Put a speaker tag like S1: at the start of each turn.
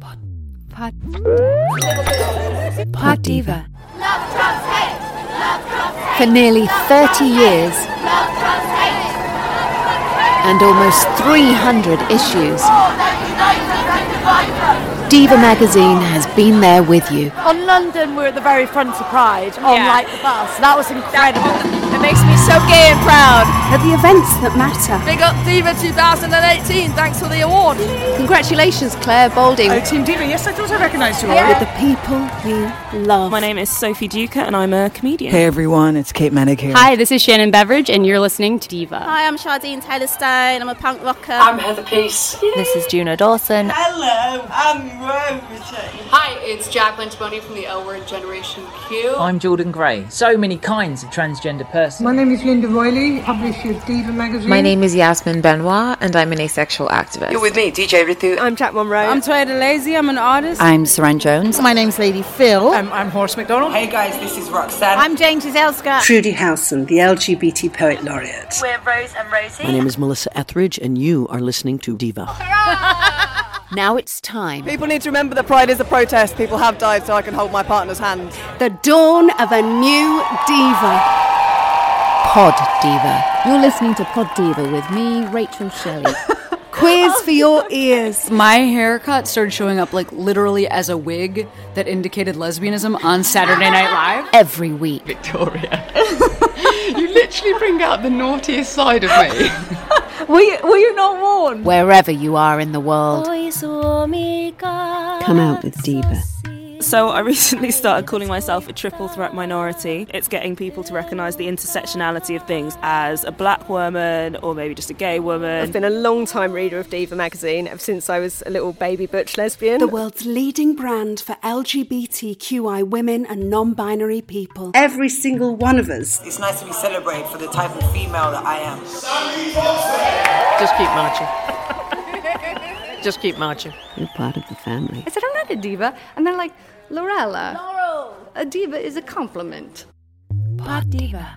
S1: Pot. Pot Diva. For nearly 30 years and almost 300 issues, Diva magazine has been there with you.
S2: On London, we're at the very front of Pride on
S3: Yeah.
S2: like the bus. That was incredible.
S3: It makes me so gay and proud.
S4: At the events that matter.
S3: Big up Diva 2018. Thanks for the award.
S1: Congratulations, Claire Balding.
S2: Oh,
S5: Team Diva, yes, I thought I recognised you.
S4: With the people you love.
S6: My name is Sophie Duca and I'm a comedian.
S5: Hey everyone, it's Kate Manig here.
S7: Hi, this is Shannon Beveridge, and you're listening to Diva.
S4: Hi, I'm Shardine Taylor Stein. I'm a punk rocker.
S8: This is Juno Dawson.
S9: Hello, I'm Rosie.
S10: Hi, it's Jacqueline Timoni from the L Word Generation Q.
S8: I'm Jordan Gray. So many kinds of transgender person.
S5: My name is Linda Riley, publisher of Diva magazine.
S10: My name is Yasmin Benoit, and I'm an asexual activist.
S9: You're with me, DJ Rithu.
S2: I'm Jack Monroe.
S6: Um,
S4: I'm Toyota Lazy. I'm an artist.
S8: I'm Saran Jones.
S2: my name's Lady Phil.
S5: I'm, I'm Horace McDonald.
S9: Hey guys, this is Roxanne.
S2: I'm Jane Giselska.
S5: Trudy Howson, the LGBT poet laureate.
S3: We're Rose and Rosie.
S8: My name is Melissa Etheridge, and you are listening to Diva.
S1: Now it's time.
S2: People need to remember that Pride is a protest. People have died so I can hold my partner's hand.
S1: The dawn of a new diva. Pod Diva.
S7: You're listening to Pod Diva with me, Rachel Shelley.
S1: Quiz for your ears.
S4: My haircut started showing up like literally as a wig that indicated lesbianism on Saturday Night Live.
S7: Every week,
S10: You literally bring out the naughtiest side of me.
S4: Were you, were you not warned?
S1: wherever you are in the world.
S7: come out with Diva.
S6: So I recently started Uh, calling myself a triple threat minority. It's getting people to recognise the intersectionality of things as a black woman or maybe just a gay woman.
S2: I've been a long time reader of Diva magazine ever since I was a little baby butch lesbian.
S4: The world's leading brand for LGBTQI women and non binary people.
S5: Every single one of us.
S9: It's nice to be celebrated for the type of female that I am.
S8: Just keep marching. Just keep marching. You're part of the family.
S4: I said, I'm not a diva. And they're like, Lorella. Laurel. A diva is a compliment.
S1: Pod Diva.